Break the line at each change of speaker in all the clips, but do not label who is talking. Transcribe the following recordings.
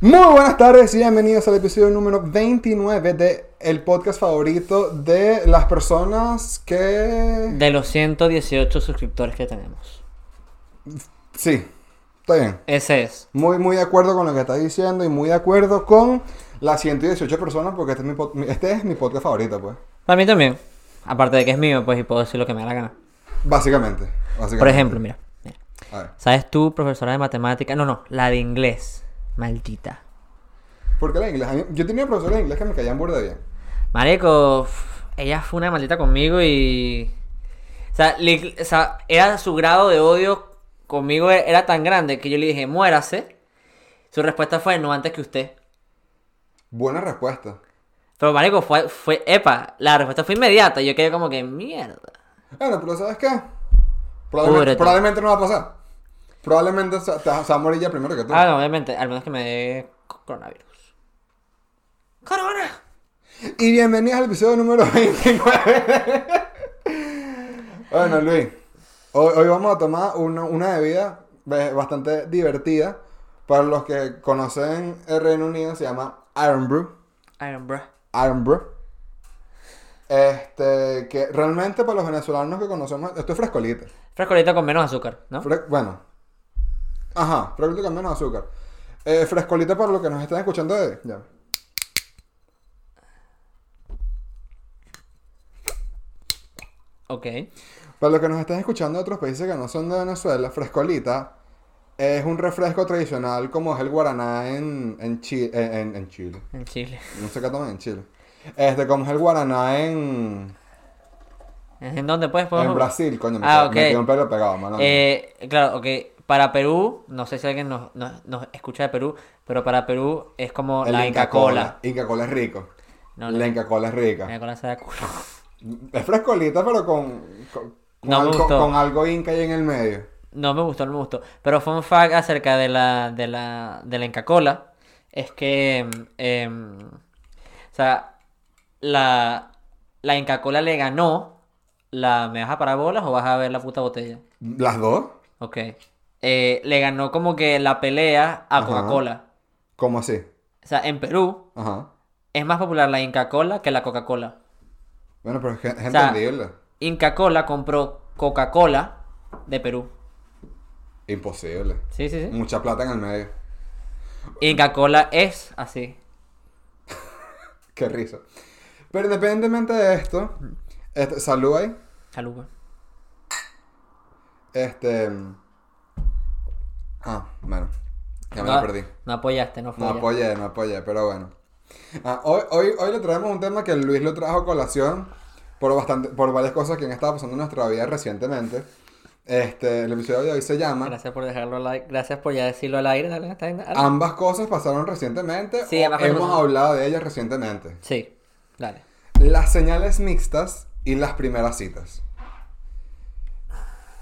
Muy buenas tardes y bienvenidos al episodio número 29 de el podcast favorito de las personas que...
De los 118 suscriptores que tenemos.
Sí, está bien.
Ese es.
Muy, muy de acuerdo con lo que está diciendo y muy de acuerdo con las 118 personas porque este es mi, pod- mi- este es mi podcast favorito, pues.
Para mí también. Aparte de que es mío, pues, y puedo decir lo que me da la gana.
Básicamente. básicamente.
Por ejemplo, mira. mira.
A ver,
¿Sabes tú, profesora de matemática? No, no, la de inglés. Maldita.
¿Por qué la inglés? A mí- yo tenía profesores de inglés que me caían burda bien.
Marico, f- ella fue una maldita conmigo y... O sea, le- o sea, era su grado de odio conmigo e- era tan grande que yo le dije, muérase. Su respuesta fue, no antes que usted.
Buena respuesta.
Pero, marico, fue, fue, epa, la respuesta fue inmediata. y Yo quedé como que, mierda.
Bueno, pero ¿sabes qué? Probablemente,
Púdrete.
probablemente no va a pasar. Probablemente se, te vas a morir ya primero que tú.
Ah, no, obviamente, al menos que me dé co- coronavirus. ¡Corona!
Y bienvenidos al episodio número 29. bueno, Luis, hoy, hoy vamos a tomar una, una bebida be- bastante divertida. Para los que conocen el Reino Unido, se llama Iron Brew.
Iron Bro.
Iron Brew. Este, que realmente para los venezolanos que conocemos, esto es frescolita.
Frescolito con menos azúcar, ¿no?
Fre- bueno. Ajá, frescolita con menos azúcar. Eh, frescolita para los que nos están escuchando de... Ya.
Ok.
Para los que nos están escuchando de otros países que no son de Venezuela, Frescolita es un refresco tradicional como es el guaraná en, en, Chi- en- en- en Chile.
En Chile.
No sé qué toman en Chile. Este, como es el guaraná en,
¿En dónde puedes? ¿Puedo-
en Brasil, coño. Me, quedó-
Ah, ok.
me quedó un pelo pegado, mano.
Eh, claro, ok. Para Perú, no sé si alguien nos, nos- nos escucha de Perú, pero para Perú es como
El
la Inca Cola.
Inca Cola es rico.
No, Eh. no,
la Inca Cola es
la
rica.
Inca Cola se da culo.
Es frescolita, pero con, con, con
No me
algo,
gustó.
con algo Inca ahí en el medio.
No me gustó, no me gustó. Pero fun fact acerca de la, de la, de la Inca Cola es que, mm, em, o sea, la, la Inca Cola le ganó la... ¿Me vas a parar bolas o vas a ver la puta botella?
Las dos,
Ok. Eh, le ganó como que la pelea a
Ajá.
Coca-Cola.
como así.
O sea, en Perú
Ajá.
es más popular la Inca Cola que la Coca-Cola.
Bueno, pero es, que- es
O sea,
entendible.
Inca Cola compró Coca-Cola de Perú.
Imposible.
Sí, sí, sí.
Mucha plata en el medio.
Inca Cola es así.
Qué risa. Pero independientemente de esto, este, salud ahí.
Salud. pues. güey.
Este. Ah, bueno. Ya me
no,
lo perdí.
No apoyaste, no fue.
No apoyé, no apoyé, pero bueno. Ah, hoy, hoy, hoy le traemos un tema que Luis lo trajo a colación por, bastante, por varias cosas que han estado pasando en nuestra vida recientemente. Este, el episodio de hoy se llama
Gracias por dejarlo al aire. Gracias por ya decirlo al aire. dale, está bien, dale.
Ambas cosas pasaron recientemente
Sí,
o
ambas cosas
hemos
pasaron.
hablado de ellas recientemente.
Sí, dale.
Las señales mixtas y las primeras citas.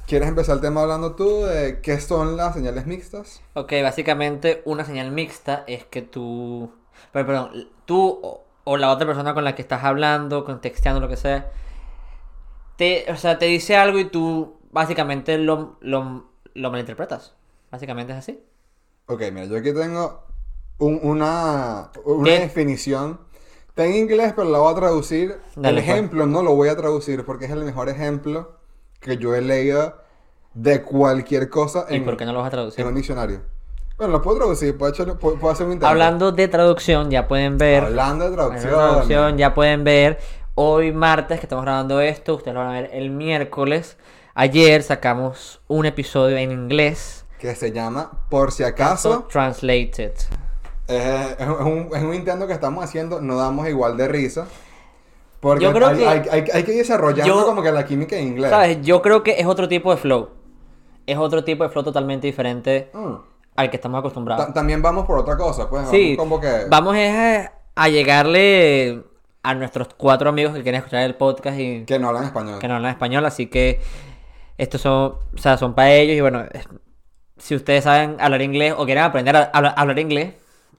¿Quieres empezar el tema hablando tú de qué son las señales mixtas?
Ok, básicamente una señal mixta es que tú. Pero, perdón, tú o, o la otra persona con la que estás hablando, contexteando, lo que sea, te, o sea, te dice algo y tú básicamente lo, lo, lo malinterpretas. Básicamente es así.
Ok, mira, yo aquí tengo un- una, una
¿Qué?
definición. Está en inglés, pero la voy a traducir.
Dale,
el
pues.
ejemplo no lo voy a traducir porque es el mejor ejemplo que yo he leído de cualquier cosa
¿Y
en,
por qué no lo vas a
en un
traducir?
diccionario. Bueno, lo puedo traducir, puedo, echarle- puedo- puedo hacer un intento.
Hablando de traducción, ya pueden ver.
Hablando de
Bueno,
traducción.
traducción, ya pueden ver. Hoy martes que estamos grabando esto, ustedes lo van a ver el miércoles. Ayer sacamos un episodio en inglés.
Que se llama Por si acaso.
Translated.
Eh, es, un, es un intento que estamos haciendo, no damos igual de risa. Porque
Yo creo
hay,
que-
hay, hay- hay que ir desarrollando
Yo-
como que la química en inglés.
¿Sabes? Yo creo que es otro tipo de flow. Es otro tipo de flow totalmente diferente
Mm.
al que estamos
Ta-
acostumbrados.
También vamos por otra cosa, pues.
Sí,
vamos como que.
vamos es a, a llegarle a nuestros cuatro amigos que quieren escuchar el podcast y
Que no hablan español.
que no hablan español, así que estos son, o sea, son para ellos y bueno, es- si ustedes saben hablar inglés o quieren aprender a, habla- hablar inglés,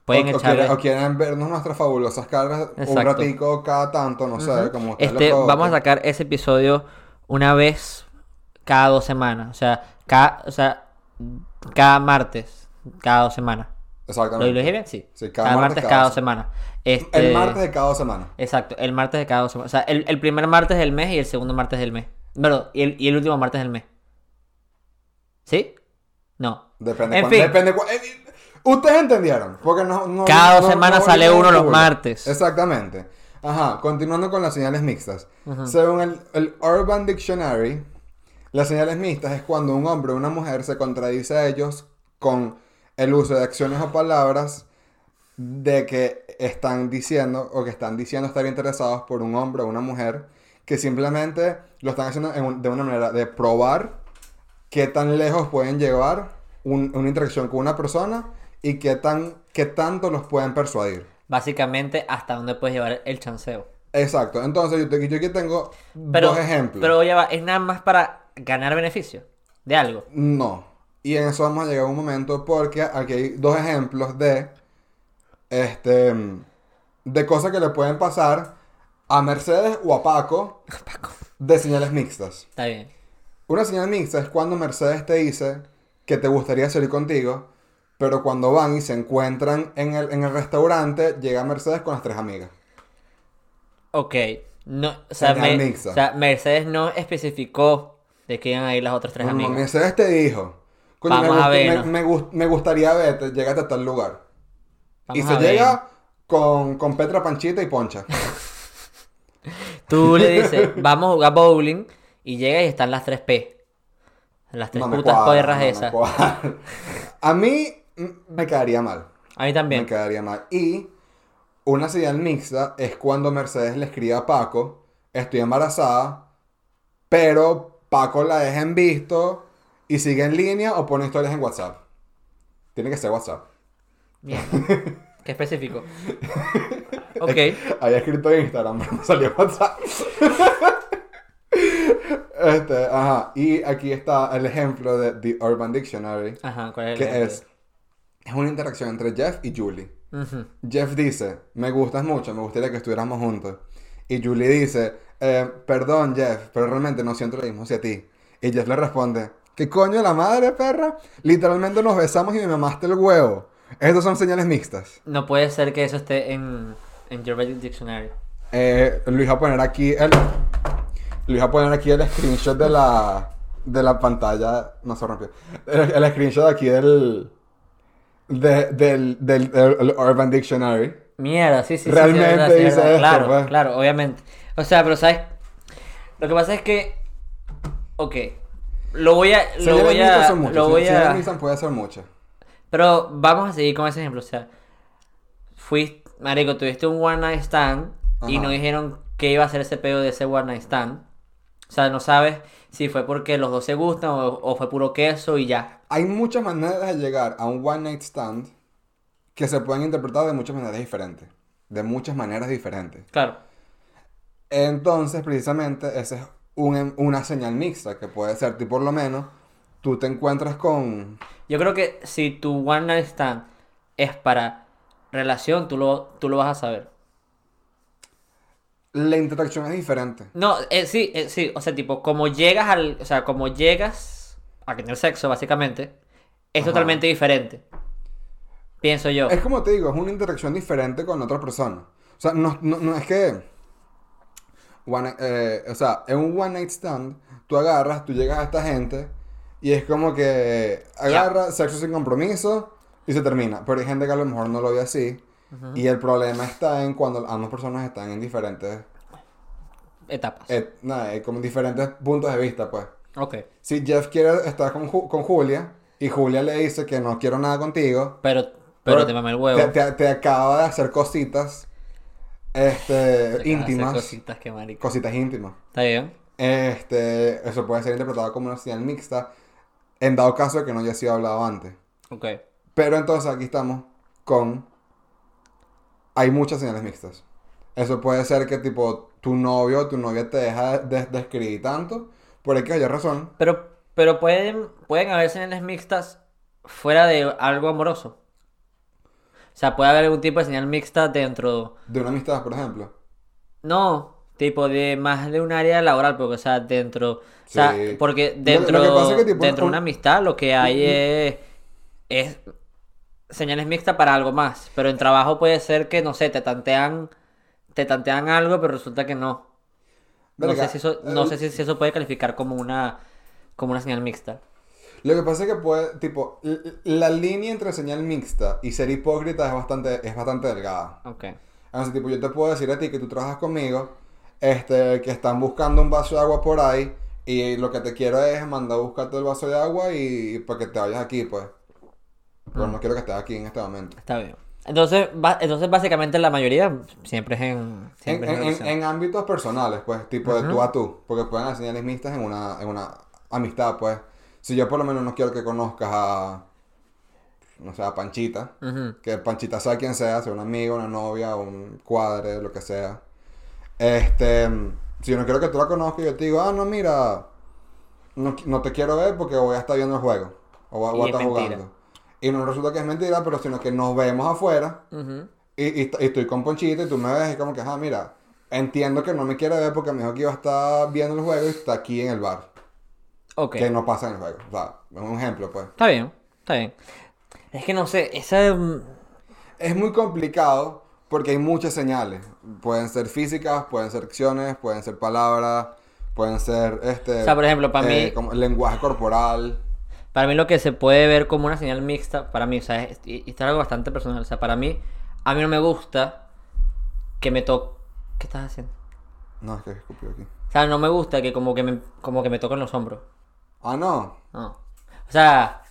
pueden
o, o
echarle.
quieren, o quieren vernos nuestras fabulosas caras un
Exacto.
ratico cada tanto, no sé, como ustedes
Este,
lo
vamos a
provoquen.
sacar ese episodio una vez cada dos semanas, o sea, cada, o sea, cada martes, cada dos semanas. ¿Lo dije
Exactamente.
bien? Sí.
Sí,
cada, martes, cada dos semanas. Este,
El martes de cada dos semanas.
Exacto, el martes de cada dos semanas. O sea, el, el primer martes del mes y el segundo martes del mes. Bueno, y el, y el último martes del mes. ¿Sí? No.
Depende.
En
cuán-
fin.
depende cuán- eh, eh, Ustedes entendieron, porque no... no-
Cada
no-
dos
no-
semanas
no
sale
viene
uno
de
los
Google.
martes.
Exactamente. Ajá, continuando con las señales mixtas. Según el, el Urban Dictionary, las señales mixtas es cuando un hombre o una mujer se contradice a ellos con el uso de acciones o palabras de que están diciendo o que están diciendo estar interesados por un hombre o una mujer que simplemente lo están haciendo en un- de una manera de probar qué tan lejos pueden llevar un- una interacción con una persona y qué, tan, qué tanto los pueden persuadir.
Básicamente, hasta dónde puedes llevar el chanceo.
Exacto, entonces yo, te- yo aquí tengo
Pero,
dos ejemplos.
Pero ya va, es nada más para ganar beneficio de algo.
No, y en eso vamos a llegar a un momento porque aquí hay dos ejemplos de, este, de cosas que le pueden pasar a Mercedes o a Paco de señales mixtas.
Está bien.
Una señal mixta es cuando Mercedes te dice que te gustaría salir contigo, pero cuando van y se encuentran en el, en el restaurante, llega Mercedes con las tres amigas.
Ok. No, o, sea,
Señal
me-
mixta.
o sea, Mercedes no especificó de que iban a ir las otras tres
No, no,
amigas.
Mm, Mercedes te dijo, "Coño, me,
Vamos a
gust-
vernos".
me- me gust- me gustaría verte, llégate a tal lugar.
Vamos
y se
a ver.
llega con, con Petra Panchita y Poncha.
Tú le dices, vamos a jugar bowling y llega y están las tres P. Las tres
No me
putas
cuadra,
perras
no me
esas.
cuadra. A mí mm, me quedaría mal.
A mí también.
Me quedaría mal. Y una señal mixta es cuando Mercedes le escribe a Paco, estoy embarazada, pero Paco la deja en visto y sigue en línea o pone historias en WhatsApp. Tiene que ser WhatsApp.
Bien. Qué específico. Ok.
Había escrito en Instagram, pero me salió WhatsApp. este, ajá. Y aquí está el ejemplo de The Urban Dictionary,
Ajá, ¿cuál es el
que
ejemplo?
es, es una interacción entre Jeff y Julie.
Ujú.
Jeff dice, me gustas mucho, me gustaría que estuviéramos juntos. Y Julie dice, "Eh, perdón Jeff, pero realmente no siento lo mismo hacia ti. Y Jeff le responde, ¿qué coño la madre, perra? Literalmente nos besamos y me mamaste el huevo. Estas son señales mixtas.
No puede ser que eso esté en, en Your Reddit Dictionary.
Eh, Luis va a poner aquí el. Luis va a poner aquí el screenshot de la. De la pantalla. No se rompió. El, el screenshot aquí del. de- del, del, del Urban Dictionary.
Mierda, sí, sí, sí, sí,
Realmente
es verdad, sí,
dice
es verdad.
esto,
Claro,
pues.
claro, obviamente. O sea, pero ¿sabes? Lo que pasa es que... Ok. Lo voy a... Lo
Señales
voy
mixtas
a...
son muchas,
Lo voy
señales
a...
mixtas puede ser muchas.
Pero vamos a seguir con ese ejemplo. O sea, fuiste, Marico, tuviste un One Night Stand y
Ajá.
no dijeron qué iba a ser ese pedo de ese One Night Stand. O sea, no sabes si fue porque los dos se gustan o, o fue puro queso y ya.
Hay muchas maneras de llegar a un one night stand que se pueden interpretar de muchas maneras diferentes. De muchas maneras diferentes.
Claro.
Entonces, precisamente, esa es un- em, una señal mixta que puede ser, tú por lo menos, tú te encuentras con...
Yo creo que si tu One Night Stand es para relación, tú lo, tú lo vas a saber.
La interacción es diferente.
No, eh, sí, eh, sí, o sea, tipo, como llegas al, o sea, como llegas a tener sexo, básicamente, es
Ajá.
totalmente diferente. Pienso yo.
Es como te digo, es una interacción diferente con otra persona. O sea, no, no- no es que... one- eh, o sea, en un one night stand, tú agarras, tú llegas a esta gente y es como que agarra sexo sin compromiso y se termina. Pero hay gente que a lo mejor no lo ve así. Y el problema está en cuando ambas personas están en diferentes
Etapas.
eh, nada, eh, como diferentes puntos de vista, pues.
Ok.
Si Jeff quiere estar con, Ju- con Julia y Julia le dice que no quiero nada contigo,
Pero, pero te mamé el huevo.
te, te- te acaba de hacer cositas
Te acabas
este,
de
íntimas,
hacer Cositas que marico.
cositas íntimas.
Está bien.
Este, eso puede ser interpretado como una señal mixta, en dado caso de que no haya sido hablado antes.
Ok.
Pero entonces aquí estamos con. Hay muchas señales mixtas. Eso puede ser que, tipo, tu novio o tu novia te deja de, de escribir tanto, por el que haya razón.
Pero, pero pueden, pueden haber señales mixtas fuera de algo amoroso. O sea, puede haber algún tipo de señal mixta dentro.
De una amistad, por ejemplo.
No, tipo de más de un área laboral, porque, o sea, dentro. O sea,
Sí.
porque
Lo- lo
dentro,
que pasa es que, tipo,
dentro
un-
de una amistad lo que hay es. es señales mixtas para algo más. Pero en trabajo puede ser que, no sé, te tantean, te tantean algo, pero resulta que no. No
Verga, eh,
sé si eso, no
el-
sé si, si eso puede calificar como una, como una señal mixta.
Lo que pasa es que puede, tipo, l- la línea entre señal mixta y ser hipócrita es bastante, es bastante delgada.
Ok.
Entonces, tipo, yo te puedo decir a ti que tú trabajas conmigo, este, que están buscando un vaso de agua por ahí, y lo que te quiero es mandar a buscarte el vaso de agua y, para que te vayas aquí, pues. Pero no quiero que estés aquí en este momento.
Está bien. Entonces, ba- entonces básicamente la mayoría siempre es en...
En,
Siempre es en
en-
relación.
en ámbitos personales, pues, tipo de tú a tú, porque pueden hacer señales mixtas en una, en una amistad, pues. Si yo por lo menos no quiero que conozcas a, no sé, a Panchita,
Ujú.
que Panchita sea quien sea, sea un amigo, una novia, un cuadre, lo que sea. Este, si yo no quiero que tú la conozcas, yo te digo, ah, no, mira, no, qui- no te quiero ver porque voy a estar viendo el juego. O voy,
Y
voy a
es
estar
mentira.
jugando. Y no resulta que es mentira, pero sino que nos vemos afuera
Ujú.
y, y est- y estoy con Panchita y tú me ves y como que, ah, mira, entiendo que no me quiere ver porque me dijo que iba a estar viendo el juego y está aquí en el bar.
Ok.
Que no pasa en el juego. O sea, es un ejemplo, pues.
Está bien, está bien. Es que no sé, esa... mm,
Es muy complicado porque hay muchas señales. Pueden ser físicas, pueden ser acciones, pueden ser palabras, pueden ser este.
O sea, por ejemplo, para mí-
como lenguaje corporal.
Para mí lo que se puede ver como una señal mixta, para mí, o sea, es, y, y esto es algo bastante personal, o sea, para mí, a mí no me gusta que me toque... ¿Qué estás haciendo?
No, es que escupió aquí.
O sea, no me gusta que como que me, como que me toquen los hombros.
Ah, no.
No. O sea,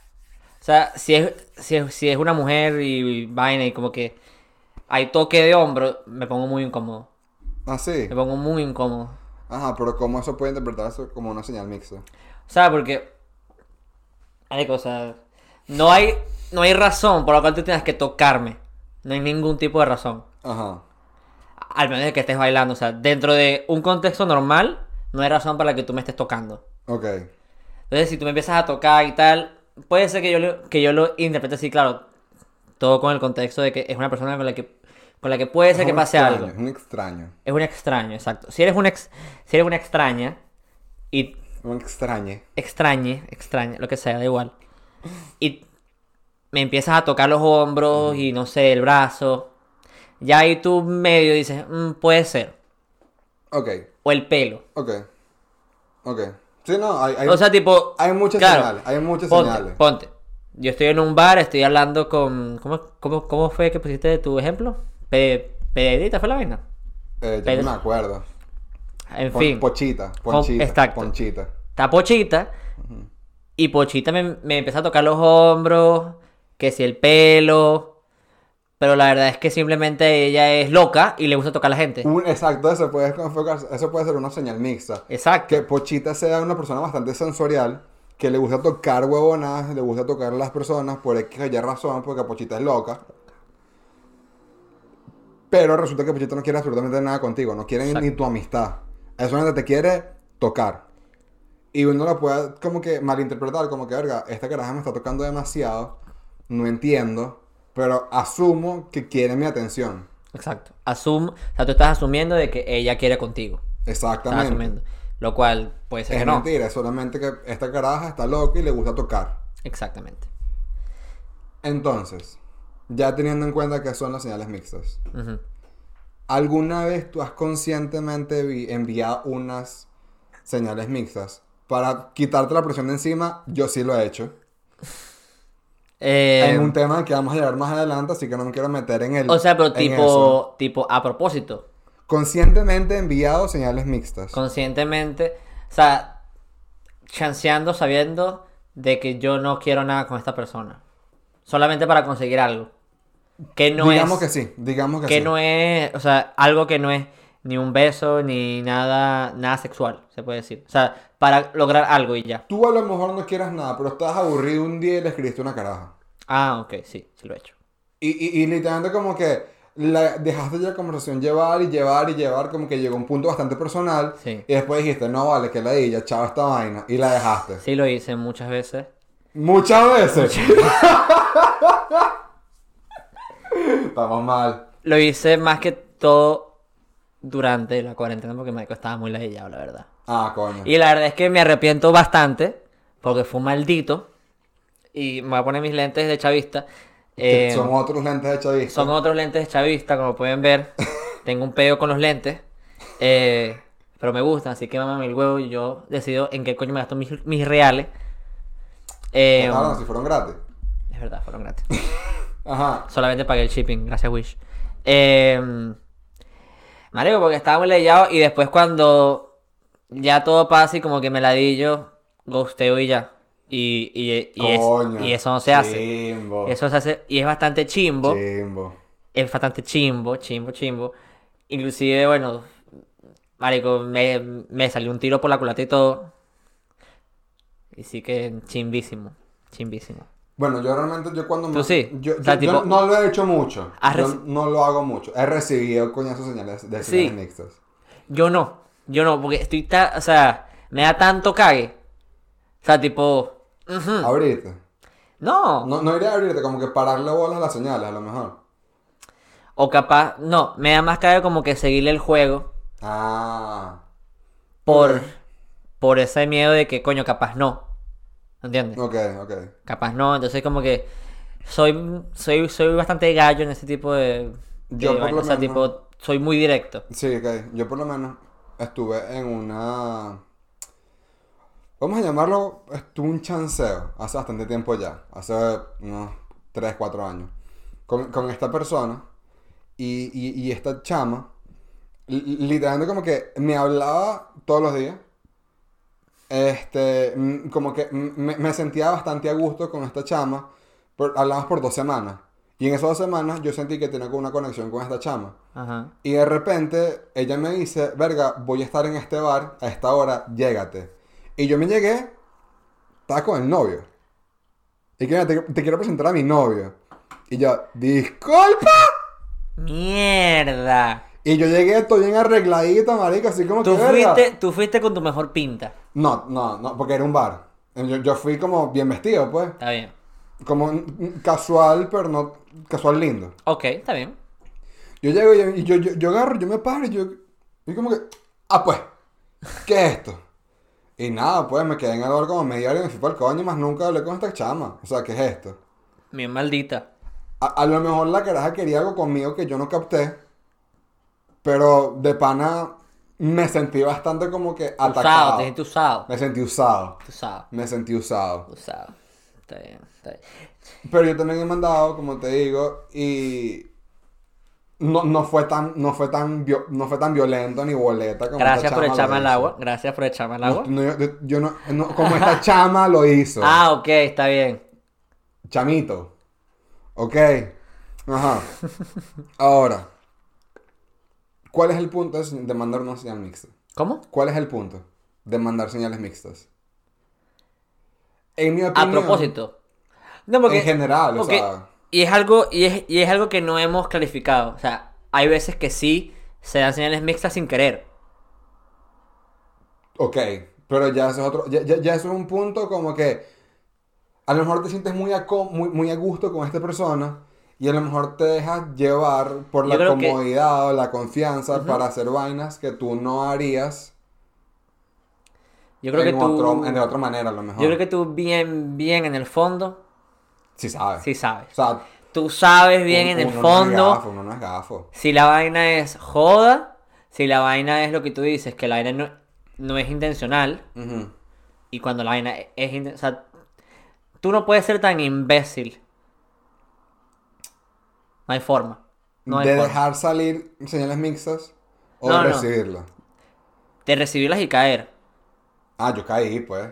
o sea, si es, si es, si es una mujer y, vaina y como que hay toque de hombro, me pongo muy incómodo.
Ah, sí.
Me pongo muy incómodo.
Ajá, pero ¿cómo eso puede interpretarse como una señal mixta?
O sea, porque hay cosas. No hay, no hay razón por la cual tú tengas que tocarme. No hay ningún tipo de razón.
Ajá.
Al menos de que estés bailando. O sea, dentro de un contexto normal, no hay razón para la que tú me estés tocando.
Ok.
Entonces, si tú me empiezas a tocar y tal, puede ser que yo lo, que yo lo interprete así, claro. Todo con el contexto de que es una persona con la que, con la que puede ser que
un
pase
extraño,
algo.
Es un extraño.
Es un extraño, exacto. Si eres un ex, si eres una extraña y
Un extrañe.
extrañe, extrañe, lo que sea, da igual. Y me empiezas a tocar los hombros y no sé, el brazo. Ya ahí tú medio dices, "Mm, puede ser.
Ok.
O el pelo.
Ok. Ok. Sí, no, hay, hay,
o sea, tipo.
hay muchas
claro,
señales. Hay muchas
Ponte,
señales.
ponte. Yo estoy en un bar, estoy hablando con. ¿Cómo, cómo, cómo fue que pusiste tu ejemplo? Pe- Pedrita fue la vaina.
Eh, yo
Pero-
no me acuerdo.
En
Pon-
fin.
Pochita. Ponchita.
exacto.
Ponchita.
está Pochita. Y Pochita me, me empieza a tocar los hombros, que si el pelo. Pero la verdad es que simplemente ella es loca y le gusta tocar a la gente.
Un- exacto, eso puede, enfocarse- eso puede ser una señal mixta.
Exacto.
Que Pochita sea una persona bastante sensorial, que le gusta tocar huevonas, le gusta tocar a las personas por X o Y razón, porque Pochita es loca. Pero resulta que Pochita no quiere absolutamente nada contigo, no quiere ni
Exacto.
tu amistad. Es solamente te quiere tocar. Y uno lo puede como que malinterpretar, como que, verga, esta caraja me está tocando demasiado, no entiendo, pero asumo que quiere mi atención.
Exacto. Asum, o sea, tú estás asumiendo de que ella quiere contigo. Estás
Exactamente.
asumiendo. Lo cual puede ser
Es
que no.
mentira, es solamente que esta caraja está loca y le gusta tocar.
Exactamente.
Entonces, ya teniendo en cuenta que son las señales mixtas,
Ujú.
¿alguna vez tú has conscientemente vi- enviado unas señales mixtas para quitarte la presión de encima? Yo sí lo he hecho.
Eh,
en un tema que vamos a llegar más adelante, así que no me quiero meter en el.
o sea, pero
en eso.
tipo, tipo a propósito.
Conscientemente he enviado señales mixtas.
conscientemente, o sea, chanceando, sabiendo de que yo no quiero nada con esta persona. Solamente para conseguir algo. Que no
digamos
es.
que sí, digamos que,
que
sí.
no es. O sea, algo que no es ni un beso, ni nada, nada sexual, se puede decir. O sea, para lograr algo y ya.
Tú a lo mejor no quieras nada, pero estás aburrido un día y le escribiste una caraja.
Ah, ok, sí, sí lo he hecho.
Y, y, y literalmente como que la, dejaste la conversación llevar y llevar y llevar, como que llegó a un punto bastante personal.
Sí.
Y después dijiste, no vale, que la ella, chao esta vaina. Y la dejaste.
Sí lo hice muchas veces.
Muchas veces. Estamos mal.
Lo hice más que todo durante la cuarentena porque me estaba muy ladillado, la verdad.
Ah, coño.
Y la verdad es que me arrepiento bastante, porque fue un maldito. Y me voy a poner mis lentes de chavista.
Que
Eh,
son otros lentes de Ah, chavistas.
son otros lentes chavistas, como pueden ver. Tengo un pedo con los lentes. eh, pero me gustan, así que maman el huevo y yo decido en qué coño me gasto mis, mis reales. Eh,
Ah, no, si fueron gratis.
es verdad, fueron gratis.
Ajá.
Solamente pagué el shipping, gracias Wish. Eh, marico, porque estaba muy leyado y después cuando ya todo pasa y como que me ladillo, ghosteo y ya. Y, y- y es-
Coño.
y eso no se hace.
Chimbo.
Eso se hace y es bastante chimbo.
Chimbo.
Es bastante chimbo, chimbo, chimbo. Inclusive, bueno, marico, me, me salió un tiro por la culata y todo. Y sí que chimbísimo, chimbísimo.
Bueno, yo realmente, yo cuando
Tú sí.
Yo,
O sea,
yo- yo
tipo-
no lo he hecho mucho.
Has
Yo
reci-
no lo hago mucho. He recibido coñazos señales de
Sí.
señales mixtas.
Yo no, yo no, porque estoy tan, o sea, me da tanto cague. O sea, tipo, ujú,
Abrirte.
no.
No, no iría a abrirte, como que pararle bolas a las señales, a lo mejor.
O capaz, no, me da más cague como que seguirle el juego
Ah.
por, por ese miedo de que, coño, capaz no. ¿Entiendes?
Ok, ok.
Capaz no, entonces como que soy, soy, soy bastante gallo en ese tipo de... de
Yo por
vaina,
lo
o sea,
menos-
tipo, soy muy directo.
Sí, ok. Yo por lo menos estuve en una... Vamos a llamarlo, estuve un chanceo, hace bastante tiempo ya, hace unos 3, 4 años, con, con esta persona y, y, y esta chama, li- literalmente como que me hablaba todos los días, este, mm, como que mm, me, me sentía bastante a gusto con esta chama, por, hablamos por dos semanas, y en esas dos semanas yo sentí que tenía como una conexión con esta chama.
Ajá.
Y de repente ella me dice, verga, voy a estar en este bar a esta hora, llégate. Y yo me llegué, estaba con el novio. Y que "Mira, te, te quiero presentar a mi novio. Y yo, disculpa.
Mierda.
Y yo llegué, estoy bien arregladita, marica, así como
Tú
que... "Verga".
fuiste, tú fuiste con tu mejor pinta.
No, no, no, porque era un bar. Yo, yo fui como bien vestido, pues.
Está bien.
Como mm, casual, pero no casual lindo.
Ok, está bien.
Yo llego y y yo, yo, yo agarro, yo me paro y yo. Y como que. Ah, pues. ¿Qué es esto? Y nada, pues me quedé en el bar como media hora y me fui para el coño, más nunca hablé con esta chama. O sea, ¿qué es esto?
Bien maldita.
A, a lo mejor la caraja quería algo conmigo que yo no capté. Pero de pana me sentí bastante como que
Usado,
atacado.
te dijiste usado.
Me sentí usado.
Usado,
Me sentí usado.
usado. Está bien, está bien.
Pero yo también he mandado, como te digo, y no, no fue tan, no fue tan vio- no fue tan violento ni boleta como
Gracias
esta
por
chama
echarme
lo
al
hizo.
agua. Gracias por echarme al
No,
agua.
no, yo, yo no, no, como esta chama lo hizo.
Ah, ok, está bien.
Chamito. Ok. Ajá. Ahora. ¿Cuál es el punto de de mandar una señal mixta?
¿Cómo?
¿Cuál es el punto de mandar señales mixtas? En mi
A
opinión.
propósito. No, porque.
En general, o
porque-
sea.
Y es algo, y es, y es algo que no hemos clarificado. O sea, hay veces que sí se dan señales mixtas sin querer.
Ok, pero ya eso es otro, ya, ya- ya eso es un punto como que a lo mejor te sientes muy a, co- muy, muy a gusto con esta persona y a lo mejor te dejas llevar por
Yo
la
creo que-
comodidad o la confianza para hacer vainas que tú no harías
Yo creo
en
que tú.
otro- en de otra manera a lo mejor.
Yo creo que tú bien, bien en el fondo,
Sí sabes.
sí
O
sabes.
sea,
Tú sabes bien
un-
en el
uno
fondo.
No es gafo, uno no es gafo.
Si la vaina es joda, si la vaina es lo que tú dices, que la vaina no, no es intencional,
Ujú.
y cuando la vaina es intencional, o sea, tú no puedes ser tan imbécil. No hay forma. No hay
de
forma.
dejar salir señales mixtas o
No, no.
de recibirlas.
De recibirlas y caer.
Ah, yo caí pues,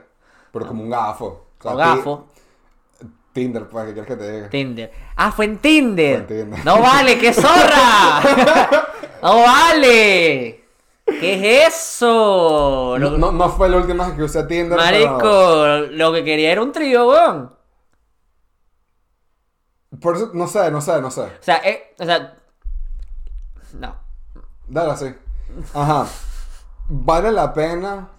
pero como un gafo. O sea,
O
ti-
gafo,
Tinder, pues, ¿qué quieres que te diga?
Tinder. ¡Ah, fue en Tinder!
Fue en Tinder.
¡No vale, qué zorra! ¡No vale! ¿Qué es eso? Lo-
No, no, no fue la última vez que usé Tinder. pero-
Marico, lo que quería era un trío, weón.
Por eso, no sé, no sé, no sé.
O sea, eh, o sea. No.
Dale así. Ajá. Vale la pena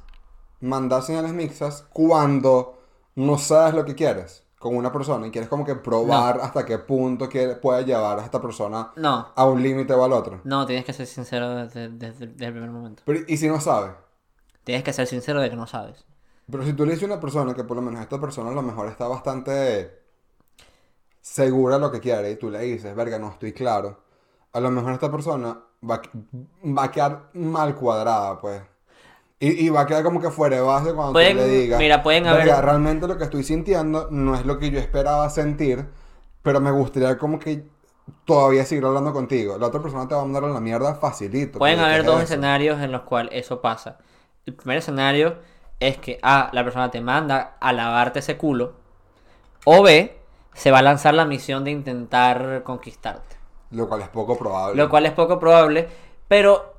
mandar señales mixtas cuando no sabes lo que quieres con una persona y quieres como que probar hasta qué punto quiere- puede llevar a esta persona
No.
a un límite o al otro.
No, tienes que ser sincero desde, desde- desde el primer momento.
Pero, y si no sabe.
Tienes que ser sincero de que no sabes.
Pero si tú le dices a una persona que por lo menos esta persona a lo mejor está bastante segura lo que quiere y tú le dices, verga, no estoy claro, a lo mejor esta persona va, a qu- va a quedar mal cuadrada, pues. Y, y va a quedar como que fuera de base cuando
Pueden-
tú le digas.
mira, pueden
"Verga,
haber-
realmente lo que estoy sintiendo no es lo que yo esperaba sentir, pero me gustaría como que todavía seguir hablando contigo. La otra persona te va a mandar a la mierda facilito.
Pueden
porque
haber
¿qué es
dos
eso?
escenarios en los cuales eso pasa. El primer escenario es que A, la persona te manda a lavarte ese culo. O B, se va a lanzar la misión de intentar conquistarte.
Lo cual es poco probable.
Lo cual es poco probable, pero...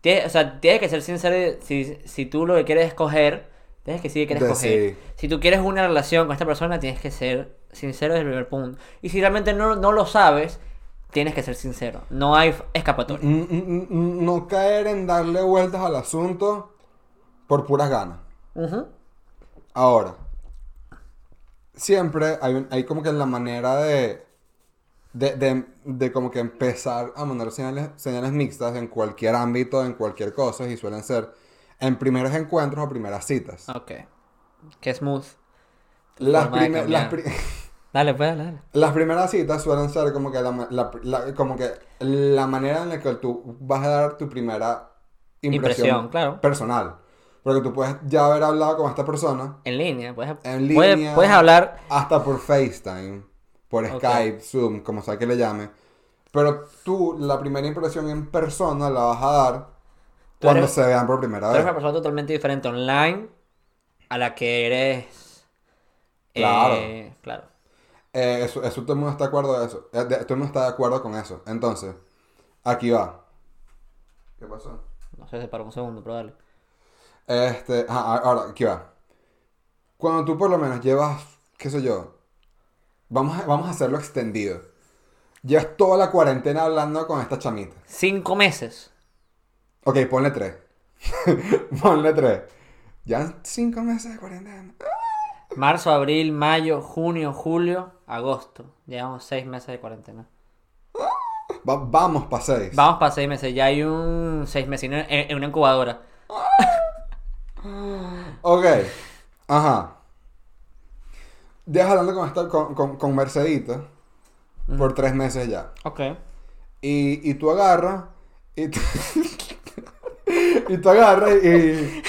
Tiene, o sea, tienes que ser sincero. y Si, si tú lo que quieres es coger, tienes que decir que quieres
Decir.
coger. Si tú quieres una relación con esta persona, tienes que ser sincero desde el primer punto. Y si realmente no, no lo sabes, tienes que ser sincero. No hay escapatoria.
N- n- n- No caer en darle vueltas al asunto por puras ganas.
Ujú.
Ahora, siempre hay, un- hay como que la manera de, de, de- de como que empezar a mandar señales, señales mixtas en cualquier ámbito, en cualquier cosa, y suelen ser en primeros encuentros o primeras citas.
Ok. Qué smooth.
Las,
Ah, forma de
prime- las,
cambiar.
pri-
Dale, pues, dale, dale.
las primeras citas suelen ser como que la, ma- la- la- como que la manera en la que tú vas a dar tu primera impresión,
Impresión, claro.
personal. Porque tú puedes ya haber hablado con esta persona
En línea, puedes,
En
puedes-
línea.
puedes hablar.
Hasta por FaceTime, por
Ok.
Skype, Zoom, como sea que le llame. Pero tú, la primera impresión en persona la vas a dar
Tú
cuando
eres-
se vean por primera
Tú eres una
vez.
persona totalmente diferente online a la que eres. eh, claro.
Eh, eso, eso todo el mundo está de acuerdo de eso. Eh, de- todo el mundo está de acuerdo con eso. Entonces, aquí va. ¿Qué pasó?
No sé, se paró un segundo, pero dale.
Este, ajá, a- ahora, aquí va. Cuando tú por lo menos llevas, qué sé yo, vamos a, vamos a hacerlo extendido. Llevas toda la cuarentena hablando con esta chamita.
Cinco meses.
Ok, ponle tres. ponle tres. Ya han cinco meses de cuarentena.
Marzo, abril, mayo, junio, julio, agosto. Llevamos seis meses de cuarentena.
Va- vamos para seis.
Vamos para seis meses. Ya hay un seis meses en, en una incubadora.
Ok. Ajá. Dejas hablando con, esta, con, con, con Mercedita por tres meses ya.
Ok.
Y, y tú agarras y, tú- y tú agarras y,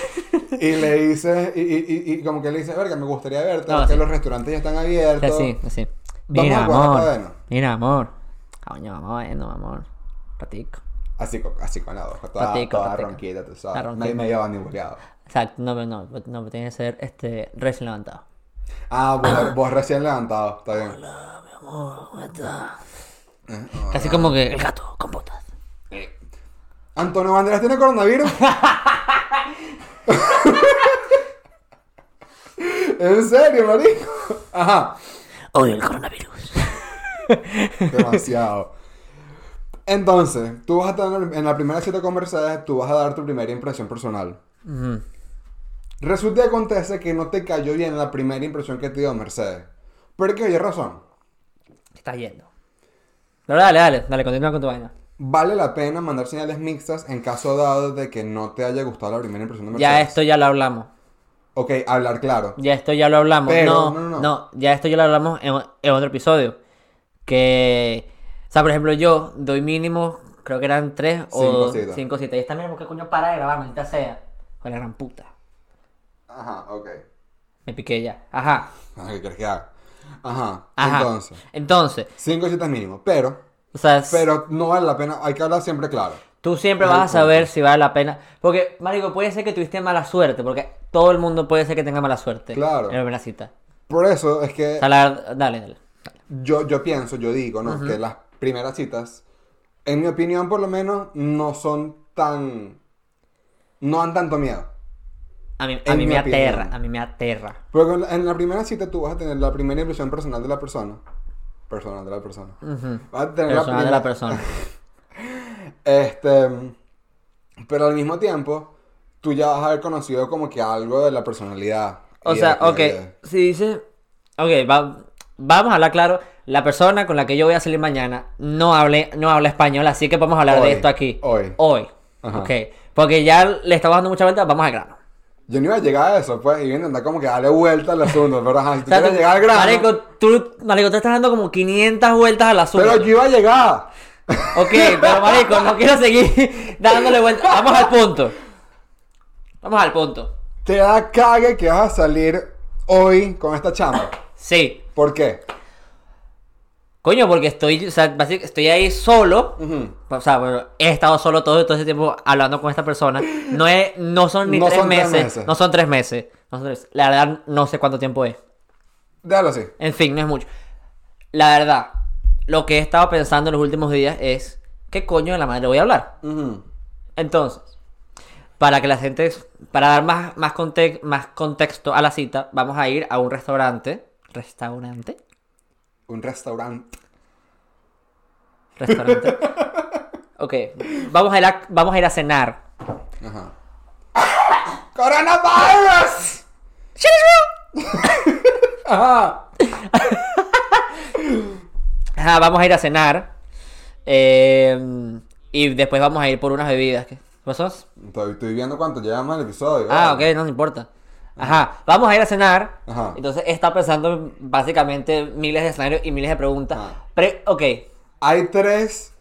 y le dices, y, y- y- y como que le dices, verga, me gustaría verte,
No,
porque
sí.
los restaurantes ya están abiertos.
Así, así.
Vamos
Mira,
a guardar
amor.
cadena.
Mira, amor. Coño, vamos bueno, amor. Ratico.
Así, con- así con la voz, toda,
Patico,
toda
patico.
ronquita, tú
La
sabes.
ronquita.
Me, me lleva ninguneado.
Exacto, no, pero no, pero no, pero tiene que ser este recién levantado.
Ah, vos, vos recién levantado, está bien.
Casi como que el gato con botas.
Antonio Banderas tiene coronavirus. ¿En serio, marico? Ajá.
Odio el coronavirus.
Demasiado. Entonces, tú vas a tener en la primera cita con Mercedes, tú vas a dar tu primera impresión personal. Resulta y acontece que no te cayó bien la primera impresión que te dio Mercedes. ¿Por qué? Oye, razón.
Te estás yendo. Pero dale, dale, dale, continúa con tu vaina.
Vale la pena mandar señales mixtas en caso dado de que no te haya gustado la primera impresión de Mercedes.
Ya esto ya lo hablamos.
Ok, hablar claro.
Ya esto ya lo hablamos.
Pero,
no,
no,
no,
no, no.
ya esto ya lo hablamos en, en otro episodio. Que. O sea, por ejemplo, yo doy mínimo, creo que eran tres o
Cinco citas.
cinco citas. Y esta mierda, ¿por qué coño para de grabar, maldita sea? Con la gran puta.
Ajá, ok.
Me piqué ya. Ajá.
Ah, ¿Qué quieres que haga? Ajá.
Ajá.
Entonces,
Entonces,
cinco citas mínimo. Pero,
o sea,
pero no vale la pena. Hay que hablar siempre claro.
Tú siempre
Ahí
vas a
está.
saber si vale la pena. Porque, Marico, puede ser que tuviste mala suerte. Porque todo el mundo puede ser que tenga mala suerte.
Claro.
En la primera cita.
Por eso es
O
que
sea, la verdad- dale, dale.
yo, yo pienso, yo digo, ¿no? Que las primeras citas, en mi opinión por lo menos, no son tan... No dan tanto miedo.
A mí, a
En
mí
mi
me aterra.
opinión.
A mí me aterra.
Porque en la- en la primera cita tú vas a tener la primera impresión personal de la persona. Personal de la persona. Vas a tener
Personal de
la primera...
la persona.
Este, pero al mismo tiempo, tú ya vas a haber conocido como que algo de la personalidad.
O
y de
sea,
la
ok.
personalidad.
Si dices. Ok, va- vamos a hablar claro. La persona con la que yo voy a salir mañana no hable, no habla español. Así que podemos hablar
Hoy,
de esto aquí.
hoy.
Hoy.
Ajá.
Ok. Porque ya le estamos dando mucha vuelta. Vamos al grano.
Yo no iba a llegar a eso, pues, y iba a intentar como que darle vuelta al asunto, pero ajá, si tú
O sea,
quieres
tú-
llegar al grano.
Marico, tú, marico, te estás dando como 500 vueltas al asunto.
Pero yo iba a llegar.
Ok, pero marico, no quiero seguir dándole vueltas. Vamos al punto. Vamos al punto.
Te da cague que vas a salir hoy con esta chamba.
Sí.
¿Por qué?
Coño, porque estoy, o sea, básicamente estoy ahí solo.
Ujú.
O sea, bueno, he estado solo todo, todo ese tiempo hablando con esta persona. No, es, no son ni
No
tres,
son tres
meses,
meses.
No son tres meses. No son tres- La verdad, no sé cuánto tiempo es.
Déjalo así.
En fin, no es mucho. La verdad, lo que he estado pensando en los últimos días es: ¿qué coño de la madre voy a hablar?
Ujú.
Entonces, para que la gente, para dar más, más, conte- más contexto a la cita, vamos a ir a un restaurante. ¿Restaurante?
Un restaurante.
Restaurante. ok, vamos a, ir a, vamos a ir a cenar.
Ajá. ¡Coronavirus! Ajá.
Ajá, vamos a ir a cenar. eh, y después vamos a ir por unas bebidas. ¿Qué pasó?
Estoy, estoy viendo cuánto llevamos el episodio.
Ah, ok,
vale.
no, no importa. Ajá, vamos a ir a cenar.
Ajá.
Entonces está pensando básicamente miles de escenarios y miles de preguntas.
Ah.
Pre- ok,
Hay tres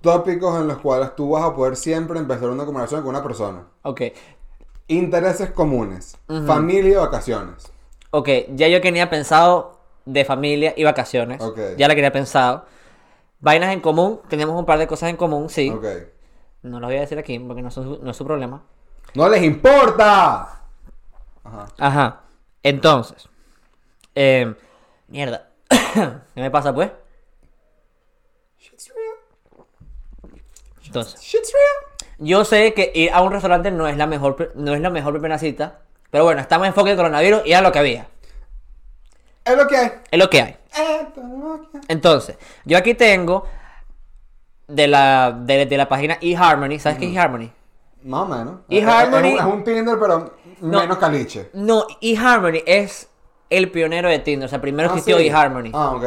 tópicos en los cuales tú vas a poder siempre empezar una conversación con una persona.
ok.
Intereses comunes, familia y vacaciones.
Ok, ya yo tenía pensado de familia y vacaciones.
Ok.
Ya la quería pensado. Vainas en común, tenemos un par de cosas en común, sí.
Ok.
No las voy a decir aquí porque no, son su- no es su problema.
¡No les importa! Ajá.
Ajá. Entonces. em, mierda. ¿Qué me pasa pues?
Shit's real.
Entonces.
Shit's real.
Yo sé que ir a un restaurante no es la mejor, pr- no es la mejor primera cita. Pero bueno, estamos en enfoque de coronavirus y era lo que había.
Es lo que hay.
Es lo que hay.
Esto es lo que hay.
Entonces, yo aquí tengo de la, de, de la página eHarmony. ¿Sabes qué es eHarmony?
Más o menos.
Y
Es- es-
Harmony-
Es, un- es un Tinder, pero
No.
menos caliche.
No, eHarmony es el pionero de Tinder. O sea, primero
Ah,
existió
sí.
eHarmony.
Ah, ok.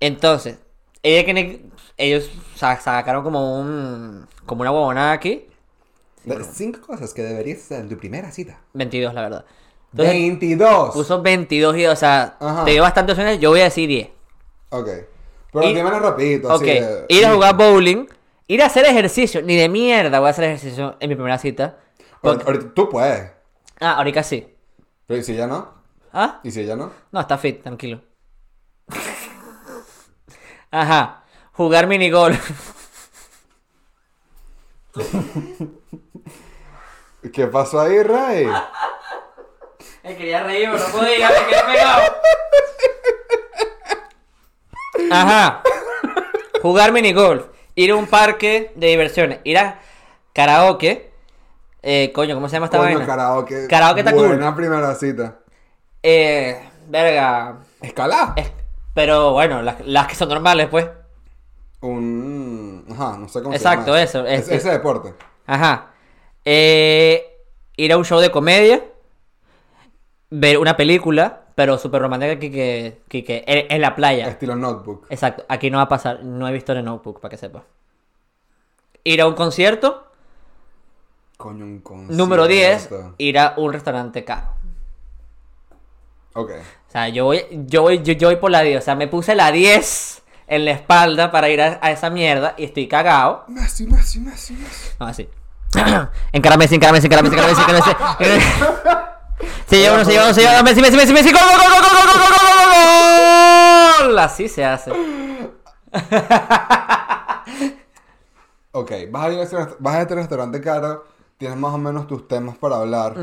Entonces, ella que- ellos sa- sacaron como un como una huevonada aquí.
Cinco cosas que deberías hacer en tu primera cita.
22, la verdad. Entonces,
22.
puso 22 y, o sea,
Ajá.
te dio bastantes opciones. Yo voy a decir 10.
Ok. Pero
Ir-
dímelo rapidito.
ok,
así de-
ir a jugar bowling. Ir a hacer ejercicio. Ni de mierda voy a hacer ejercicio en mi primera cita.
Ahorita- ahorita tú puedes.
Ah, ahorita sí.
Pero ¿y si ya no?
¿Ah?
¿Y si ya no?
No, está fit, tranquilo. Ajá. Jugar minigolf.
¿Qué pasó ahí, Ray?
Ah, Me Eh, quería reír, pero no podía, me quedé pegado. Ajá. Jugar minigolf. Ir a un parque de diversiones. Ir a karaoke. Eh, coño, ¿cómo se llama esta
Coño,
vaina?
karaoke.
Karaoke está
Buena
cool.
Buena primera cita.
Eh, verga.
Escalar.
Es- pero bueno, las, las que son normales, pues.
Un... Ajá, no sé cómo
Exacto,
se llama.
eso,
Es-
este.
Ese deporte.
Ajá. Eh, ir a un show de comedia. Ver una película, pero súper romántica que, que, que- que- en, en la playa.
Estilo notebook.
Exacto, aquí no va a pasar, no he visto en el notebook, para que sepa. Ir a un concierto,
Coño, un concierto.
número 10, ir a un restaurante caro.
Ok.
O sea, yo voy, yo voy, yo, yo voy por la 10, o sea, me puse la 10 en la espalda para ir a, a esa mierda y estoy cagado.
Messi, Messi, Messi, Messi.
No, así. Encárame, encárame, encárame, encárame, encárame. Se lleva uno, se lleva uno, se lleva uno. Messi, Messi, Messi, Messi. Gol, gol, gol, gol, gol, gol, gol, gol, gol. Así se hace.
Ok, vas a ir a este, rest- vas a este restaurante caro, tienes más o menos tus temas para hablar.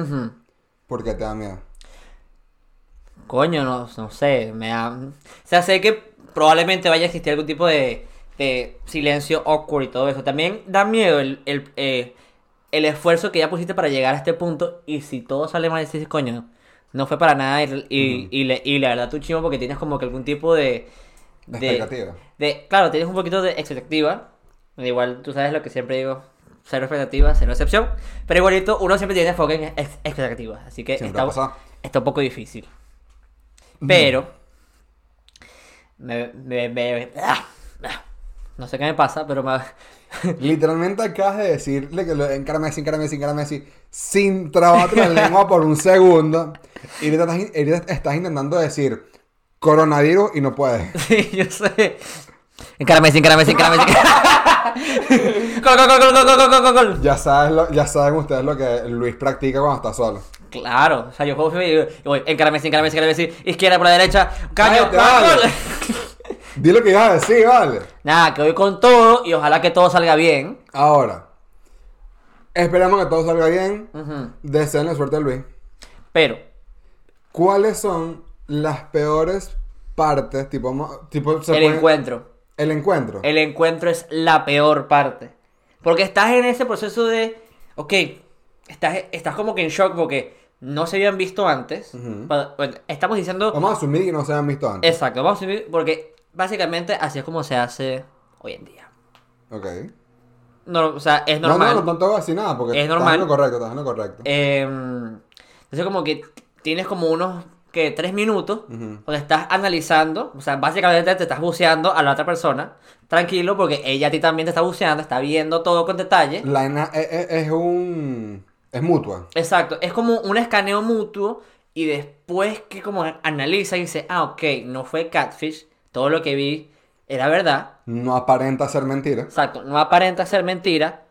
¿Por qué te da miedo?
Coño, no, no sé, me da... O sea, sé que probablemente vaya a existir algún tipo de, de silencio awkward y todo eso. También da miedo el, el, eh, el esfuerzo que ya pusiste para llegar a este punto y si todo sale mal, dices, coño, no fue para nada y, y, y le- y la verdad tú chivo porque tienes como que algún tipo de...
De
de-
expectativa.
de- claro, tienes un poquito de expectativa. Igual tú sabes lo que siempre digo, cero expectativa, cero excepción. Pero igualito uno siempre tiene enfoque en ex- expectativas, así que
Siempre va a
está,
pasar.
está un poco difícil. Pero. Me, me- me- ah, ah. no sé qué me pasa, pero me,
Literalmente acabas de decirle que lo encárame así, encárame así, encárame así, sin trabarte la lengua por un segundo. Y ahorita estás, in- ahorita estás intentando decir coronavirus y no puedes.
Sí, yo sé. Encárame, sí, encárame, sí, encárame. sí. gol, gol, gol, gol, gol, gol, gol, gol, gol.
Ya, sabes lo- ya saben ustedes lo que Luis practica cuando está solo.
Claro, o sea, yo juego FIFA y digo, y voy, encárame, sí, encárame, sí, encárame, sí. Izquierda por la derecha, caño,
Cállate, vale.
gol.
Di lo que ibas a decir, vale.
Nada, que voy con todo y ojalá que todo salga bien.
Ahora, esperamos que todo salga bien.
Ujú.
Deseen la suerte a Luis.
Pero,
¿Cuáles son las peores partes? Tipo, mo- tipo se
el
puede-
encuentro.
El encuentro.
El encuentro es la peor parte. Porque estás en ese proceso de. Ok, estás, estás como que en shock porque no se habían visto antes.
Ujú.
Pa- bueno, estamos diciendo.
Vamos a asumir que no se han visto antes.
Exacto, vamos a vivir- Porque básicamente así es como se hace hoy en día.
Ok.
No, o sea, es
No,
normal.
no, no, no te voy a decir nada porque
Es
estás
normal.
en lo correcto, estás en lo correcto.
Eh, entonces como que tienes como unos que tres minutos
Ujú.
donde estás analizando, o sea, básicamente te estás buceando a la otra persona, tranquilo, porque ella a ti también te está buceando, está viendo todo con detalle.
La ena- e- e- es, un... Es mutua.
Exacto, es como un escaneo mutuo y después que como analiza y dice, ah, ok, no fue catfish, todo lo que vi era verdad,
No aparenta ser mentira.
exacto, no aparenta ser mentira,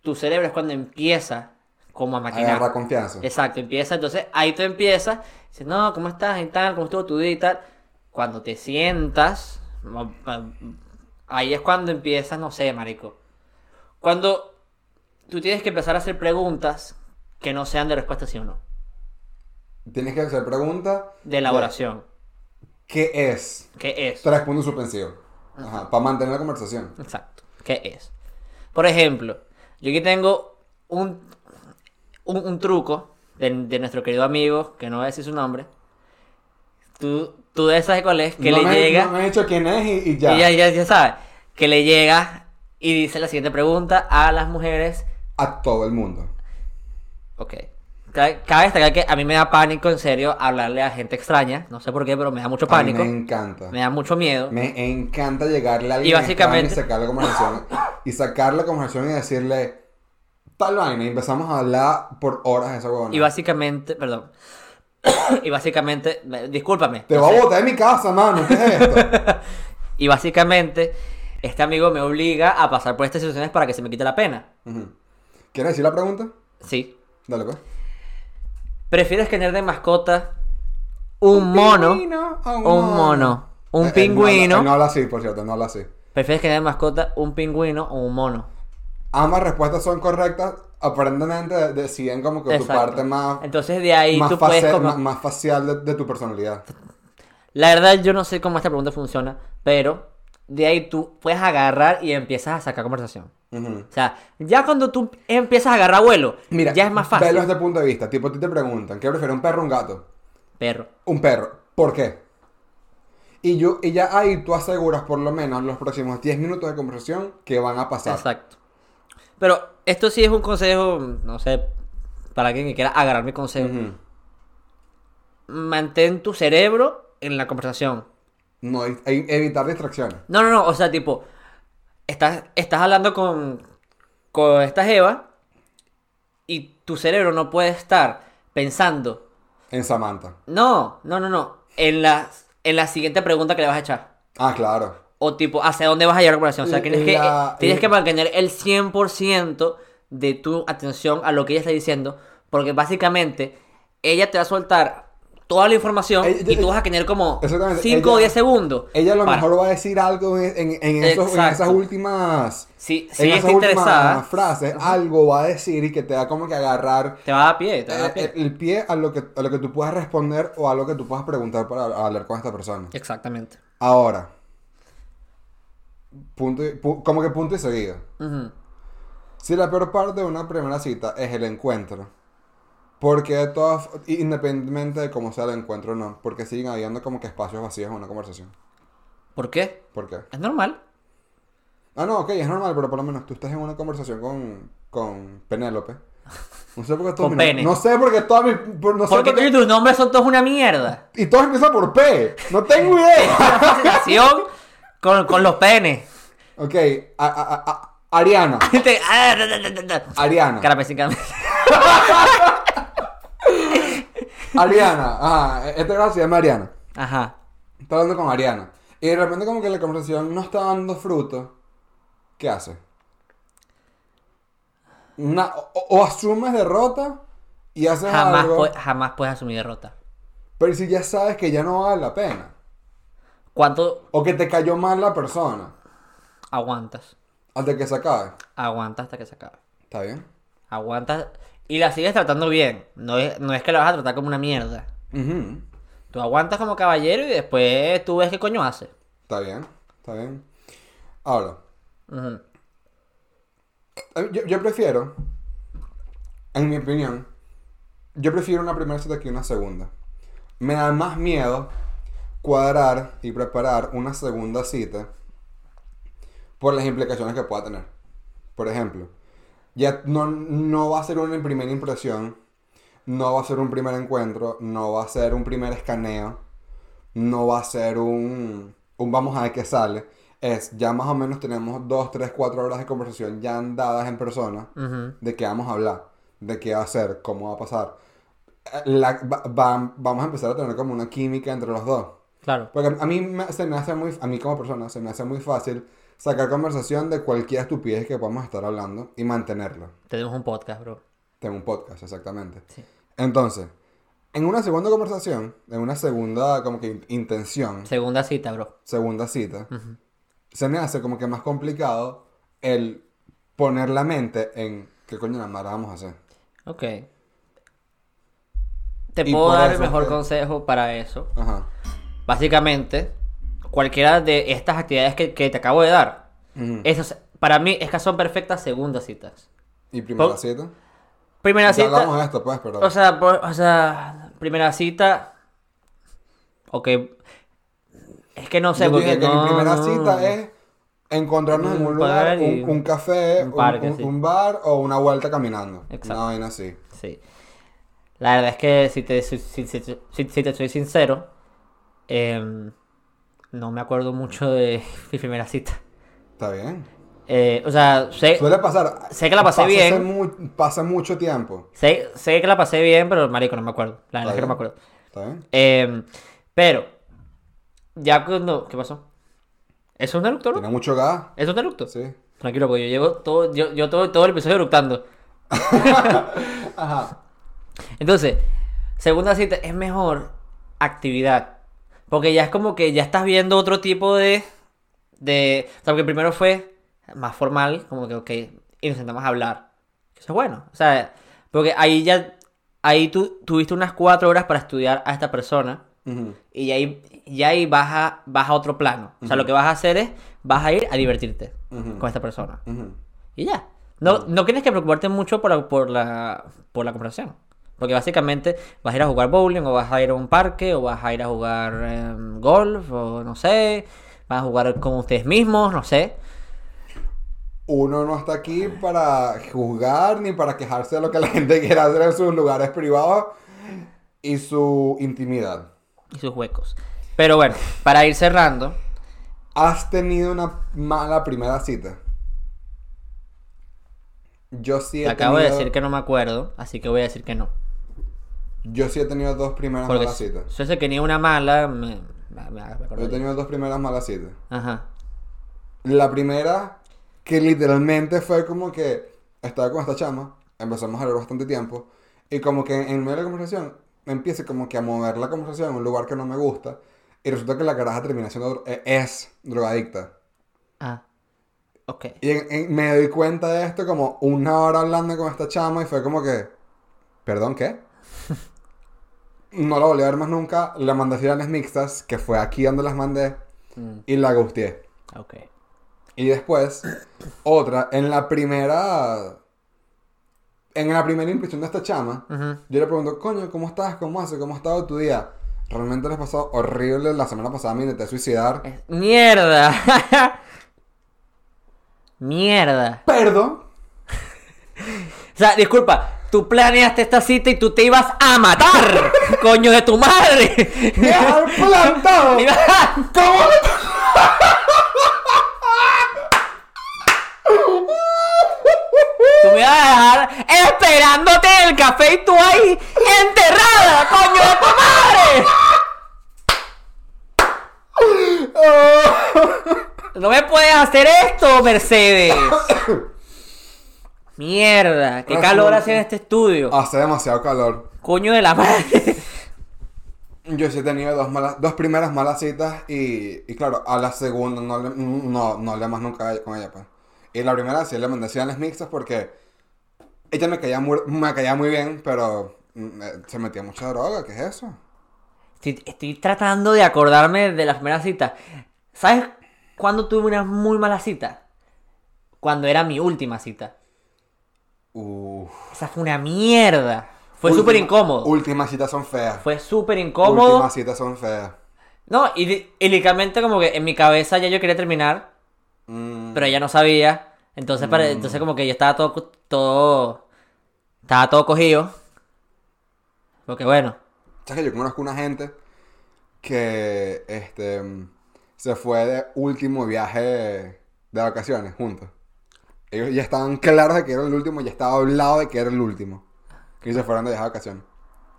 tu cerebro es cuando empieza como a maquinar.
Agarra confianza.
Exacto, empieza, entonces ahí tú empiezas, dices, no, ¿cómo estás? Y tal, ¿cómo estuvo tu día y tal? Cuando te sientas, ma- ma- ahí es cuando empiezas, no sé, marico. Cuando tú tienes que empezar a hacer preguntas que no sean de respuesta sí o no,
Tienes que hacer preguntas.
de elaboración,
¿Qué es?
¿qué es?
Tres puntos suspensivos. Ajá. Para mantener la conversación.
Exacto, ¿qué es? Por ejemplo, yo aquí tengo un, un, un truco de, de nuestro querido amigo, que no voy a decir su nombre. Tú, tú de esas de cuál es, que
no
le
me,
llega...
no me he dicho quién es y, y ya.
Y ya, ya, ya sabe, que le llega y dice la siguiente pregunta a las mujeres.
A todo el mundo.
Ok. Cabe cabe destacar que a mí me da pánico, en serio, hablarle a gente extraña. No sé por qué, pero me da mucho
A mí
pánico.
me encanta.
Me da mucho miedo.
Me encanta llegarle a alguien
Y
extraño
básicamente-
y sacar la conversación y sacar la conversación y decirle tal vaina y empezamos a hablar por horas de esa huevona.
Y básicamente, perdón. y básicamente, me- discúlpame.
Te
no
voy
sé.
a botar de mi casa, mano, ¿qué es esto?
Y básicamente, este amigo me obliga a pasar por estas situaciones para que se me quite la pena.
Ujú. ¿Quieres decir la pregunta?
Sí.
Dale pues.
¿Prefieres tener de mascota un, mono?
pingüino o
o un mono? Un
Eh, él no habla-
pingüino.
él no habla así, por cierto, él no habla así.
¿Prefieres que de mascota un pingüino o un mono?
Ambas respuestas son correctas, aparentemente de- deciden como que tu
Exacto.
parte más,
Entonces de ahí
más,
tú puedes
face-
como-
más- más facial de, de tu personalidad.
La verdad yo no sé cómo esta pregunta funciona, pero de ahí tú puedes agarrar y empiezas a sacar conversación.
Ujú.
O sea, ya cuando tú empiezas a agarrar vuelo,
Mira,
ya es más fácil.
Velo desde el punto de vista. Tipo, a ti te preguntan, ¿qué prefieres, un perro o un gato?
Perro.
Un perro. ¿Por qué? Y, yo, y ya ahí tú aseguras por lo menos los próximos 10 minutos de conversación que van a pasar.
Exacto. Pero esto sí es un consejo, no sé, para alguien que quiera agarrar mi consejo.
Ujú.
Mantén tu cerebro en la conversación.
No, hay- hay- evitar distracciones.
No, no, no, o sea, tipo, estás, estás hablando con, con esta Jeva y tu cerebro no puede estar pensando,
En Samantha.
no, no, no, no, en la, en la siguiente pregunta que le vas a echar.
Ah, claro.
O tipo, ¿hacia dónde vas a llevar la conversación? O sea, tienes, que, eh,
La-
tienes que
y-
mantener el 100% de tu atención a lo que ella está diciendo, porque básicamente ella te va a soltar toda la información
Ella-
y tú vas a tener como
Exactamente,
5 o
ella-
10 segundos.
Ella a lo
para-
mejor va a decir algo en, en- en esos- en
Exacto.
esas últimas...
Si,
en
si
esas
está
últimas
interesada,
frases, algo va a decir y que te da como que agarrar
Te va a pie, te va
eh,
a pie.
el, pie a lo, que, a lo que tú puedas responder o a lo que tú puedas preguntar para hablar con esta persona.
Exactamente.
Ahora, punto y- pu- como que punto y seguido.
Ujú.
Si la peor parte de una primera cita es el encuentro, porque de todas, independientemente de cómo sea el encuentro o no, porque siguen habiendo como que espacios vacíos en una conversación.
¿Por qué?
¿Por qué?
Es normal.
Ah, no, ok, es normal, pero por lo menos tú estás en una conversación con, con Penélope. No sé por qué todos
Con
mis nom-
pene.
No sé por qué todas mis- por- no sé
Porque
por qué-
tú y tus nombres son todos una mierda.
Y todos empiezan por P. No tengo idea.
Una fascinación con, con los penes.
Ok, a- a- a- a- Ariana.
Te- ah, da, da, da, da.
Ariana.
Carapé sin camisa.
Ariana. Ajá, esta gracia se llama Ariana.
Ajá.
Está hablando con Ariana. Y de repente como que la conversación no está dando fruto. ¿Qué hace? Una- o, o asumes derrota y haces
Jamás,
algo.
pue- jamás puedes asumir derrota.
Pero si ya sabes que ya no vale la pena.
¿Cuánto
O que te cayó mal la persona.
aguantas?
Hasta que se acabe.
Aguantas hasta que se acabe.
¿Está bien?
Aguantas y la sigues tratando bien. No es, no es que la vas a tratar como una mierda.
Ujú.
Tú aguantas como caballero y después tú ves qué coño hace.
Está bien. Está bien. Ahora.
Ujú.
Eh, Yo, yo prefiero, en mi opinión, yo prefiero una primera cita que una segunda. Me da más miedo cuadrar y preparar una segunda cita por las implicaciones que pueda tener. Por ejemplo, ya no, no va a ser una primera impresión, no va a ser un primer encuentro, no va a ser un primer escaneo, no va a ser un, un vamos a ver qué sale. Es ya más o menos tenemos 2, 3, 4 horas de conversación ya andadas en persona
Ujú.
de qué vamos a hablar, de qué va a ser, cómo va a pasar. Eh, la- va- va- vamos a empezar a tener como una química entre los dos.
Claro.
Porque a mí me- se me hace muy, a mí como persona, se me hace muy fácil sacar conversación de cualquier estupidez que podamos estar hablando y mantenerla.
Tenemos un podcast, bro.
Tengo un podcast, exactamente.
Sí.
Entonces, en una segunda conversación, en una segunda como que in- intención,
Segunda cita, bro.
segunda cita,
Ujú.
se me hace como que más complicado el poner la mente en qué coño la madre vamos a hacer.
Ok. Te
Y
puedo
por
dar el
eso
mejor
te-
consejo para eso.
Ajá.
Básicamente, cualquiera de estas actividades que, que te acabo de dar,
Ujú.
esas- para mí es que son perfectas segundas citas.
Y primera
Pau-
cita.
Primera
Ya
Eh, cita.
hablamos de esto, pues, pero...
O sea, por- o sea, primera cita. Ok. Es que no sé,
Yo
porque
dije que
no-
mi primera cita
no-
es encontrarnos en
Un
un lugar,
lugar y
un, un café,
un
un,
parque,
un-
sí.
un bar o una vuelta caminando.
Exacto.
Una vaina así.
Sí. La verdad es que si te, si, si- si- si- si te soy sincero, em, no me acuerdo mucho de mi primera cita.
Está bien.
Eh, o sea, sé,
Suele pasar.
sé que la pasé
pasa
bien.
hace mu- pasa mucho tiempo.
sé, sé que la pasé bien, pero marico, no me acuerdo. La
Está
verdad es que no
bien.
me acuerdo.
¿Está bien?
Em, pero, ya cuando... ¿Qué pasó? ¿Eso es un eructo, no?
Tiene mucho gas.
¿Eso es un eructo?
Sí.
Tranquilo, porque yo llevo todo, yo, yo todo, todo el episodio eructando.
Ajá.
Entonces, segunda cita es mejor actividad. Porque ya es como que ya estás viendo otro tipo de. de o sea, porque primero fue más formal, como que, ok, y nos sentamos a hablar. Eso es bueno. O sea, porque ahí ya. Ahí tú tuviste unas cuatro horas para estudiar a esta persona.
Ujú.
Y ahí, y ahí vas, a, vas a otro plano. O sea, lo que vas a hacer es. Vas a ir a divertirte
Ujú.
con esta persona.
Ujú.
Y ya. No, no tienes que preocuparte mucho por la, por la, por la conversación. Porque básicamente vas a ir a jugar bowling, o vas a ir a un parque, o vas a ir a jugar eh, golf, o no sé. Vas a jugar con ustedes mismos, no sé.
Uno no está aquí para juzgar ni para quejarse de lo que la gente quiera hacer en sus lugares privados y su intimidad.
Y sus huecos. Pero bueno, para ir cerrando,
¿Has tenido una mala primera cita? Yo sí he
te acabo de
tenido-
decir que no me acuerdo, así que voy a decir que no.
Yo sí he tenido dos primeras
Porque
malas
si
citas.
si se tenía una mala, me, me- me acuerdo
Yo he
yo.
tenido dos primeras malas citas.
Ajá.
La primera, que literalmente fue como que estaba con esta chama, empezamos a hablar bastante tiempo, y como que en medio de la conversación me empieza como que a mover la conversación en un lugar que no me gusta, y resulta que la caraja termina siendo, dro- eh, es drogadicta.
Ah. Ok.
Y en- en- me doy cuenta de esto como una hora hablando con esta chama y fue como que, perdón, ¿qué? No la volví a ver más nunca, la mandé a finales mixtas, que fue aquí donde las mandé,
Mm,
y la gusteé.
ok.
Y después, otra, en la primera, en la primera impresión de esta chama,
Ujú.
yo le pregunto, coño, ¿cómo estás? ¿Cómo haces? ¿Cómo ha estado tu día? Realmente les pasó horrible, la semana pasada me intenté suicidar.
Es- ¡Mierda! ¡Mierda!
Perdón.
O sea, disculpa, tú planeaste esta cita y tú te ibas a matar, coño de tu madre.
¡Me has plantado!
Mira,
¿Cómo?
café y tú ahí enterrada, coño de tu madre. No me puedes hacer esto, Mercedes. Mierda, qué calor hace en este estudio.
Hace demasiado calor.
Coño de la madre.
Yo sí he tenido dos, malas, dos primeras malas citas y, y claro, a la segunda no le, no, no hablé más nunca a- con ella, pues. Y la primera sí le mandé señales mixtas porque ella me caía muy, me caía muy bien, pero mm, eh, se metía mucha droga, ¿qué es eso?
Estoy, estoy tratando de acordarme de las primeras citas. ¿Sabes cuándo tuve una muy mala cita? Cuando era mi última cita.
Uf.
Esa fue una mierda. Fue
Última-
súper incómodo.
Últimas citas son feas.
Fue súper incómodo.
Últimas citas son feas.
No, y, li- y literalmente como que en mi cabeza ya yo quería terminar,
Mm,
pero ella no sabía. Entonces, pare- entonces como que yo estaba todo, co- todo... Estaba todo cogido. Porque bueno.
¿Sabes que yo conozco una gente que este mm, se fue de último viaje de vacaciones juntos? Ellos ya estaban claros de que era el último, ya estaba hablado de que era el último. Y se fueron de viaje de vacaciones.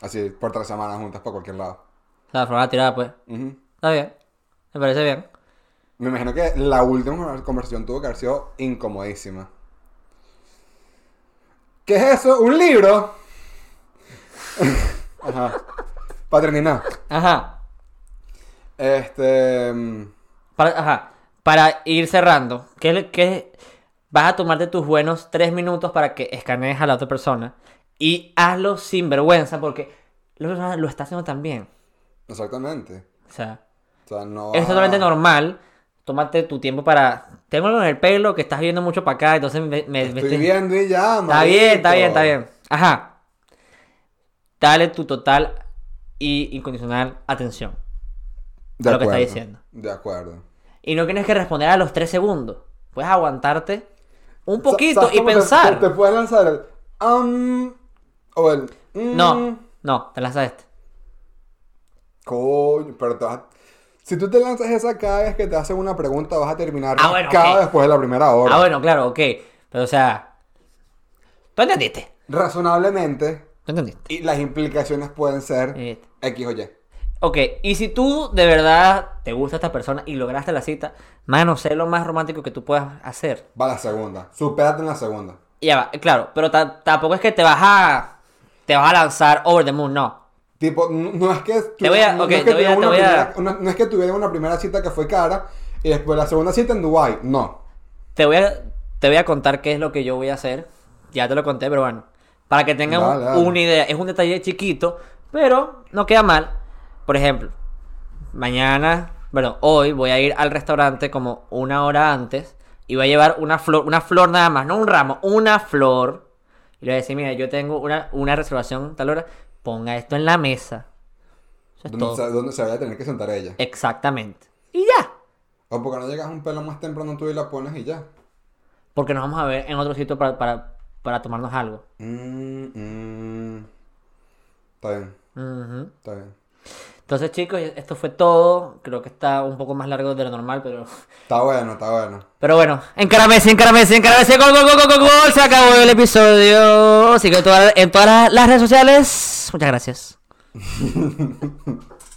Así, por tres semanas juntas, por cualquier lado.
Se la fueron a tirar, pues.
Ujú.
Está bien. Me parece bien.
Me imagino que la última conversación tuvo que haber sido incomodísima. ¿Qué es eso? ¿Un libro? Ajá. Para terminar.
Ajá.
Este. mm,
Para, ajá, para ir cerrando, ¿qué, le- qué- vas a tomarte tus buenos tres minutos para que escanees a la otra persona? Y hazlo sin vergüenza, porque la otra persona lo está haciendo también.
Exactamente.
O sea,
O sea, no.
es
va-
totalmente normal. Tómate tu tiempo para. Tengo algo en el pelo que estás viendo mucho para acá, entonces me. me- me
Estoy viendo y ya,
Está bien, está
marico.
bien, está bien. Ajá. Dale tu total y incondicional atención.
De
Lo que está
acuerdo,
diciendo.
De acuerdo.
Y no tienes que responder a los tres segundos. Puedes aguantarte un
Sa-
poquito
¿sabes
y
cómo te-
pensar.
Te, te puedes lanzar el. Um, o el. mm,
No, no, te lanzas este.
Coño, pero te vas a- Si tú te lanzas esa cada vez que te hacen una pregunta, vas a terminar
Ah, bueno,
cada
ok.
después de la primera hora.
Ah, bueno, claro, ok. Pero o sea, tú entendiste.
Razonablemente,
Tú entendiste.
y las implicaciones pueden ser
Eh,
X o Y.
Ok, y si tú de verdad te gusta esta persona y lograste la cita, mano, sé lo más romántico que tú puedas hacer.
Va la segunda. Supérate en la segunda.
Y ya va, claro, pero ta- tampoco es que te vas a. Te vas a lanzar over the moon, no.
Tipo, no no es que tu-
Te voy a-
no
ok,
es que
te voy a-
tuvieron
te
una
voy
primera-
a-
una- no es que tuvieron una primera cita que fue cara y después la segunda cita en Dubai. No.
Te voy a, te voy a contar qué es lo que yo voy a hacer. Ya te lo conté, pero bueno. Para que tengan
Dale, dale.
una idea. Es un detalle chiquito, pero no queda mal. Por ejemplo, mañana, bueno, hoy voy a ir al restaurante como una hora antes y voy a llevar una flor, una flor nada más, no un ramo, una flor. Y le voy a decir, mira, yo tengo una, una reservación tal hora, ponga esto en la mesa. Eso es
Donde
todo. Eh.
se, donde se vaya a tener que sentar ella.
Exactamente. Y ya.
O porque no llegas un pelo más temprano tú y la pones y ya.
Porque nos vamos a ver en otro sitio para, para, para tomarnos algo.
Mm, mm. Está bien,
Ujú.
está bien.
Entonces, chicos, esto fue todo. Creo que está un poco más largo de lo normal, pero.
Está bueno, está bueno.
Pero bueno, encara Messi, encara Messi, encara Messi, gol, gol, gol, gol, gol, gol, se acabó el episodio. Así que en todas- en todas las redes sociales, muchas gracias.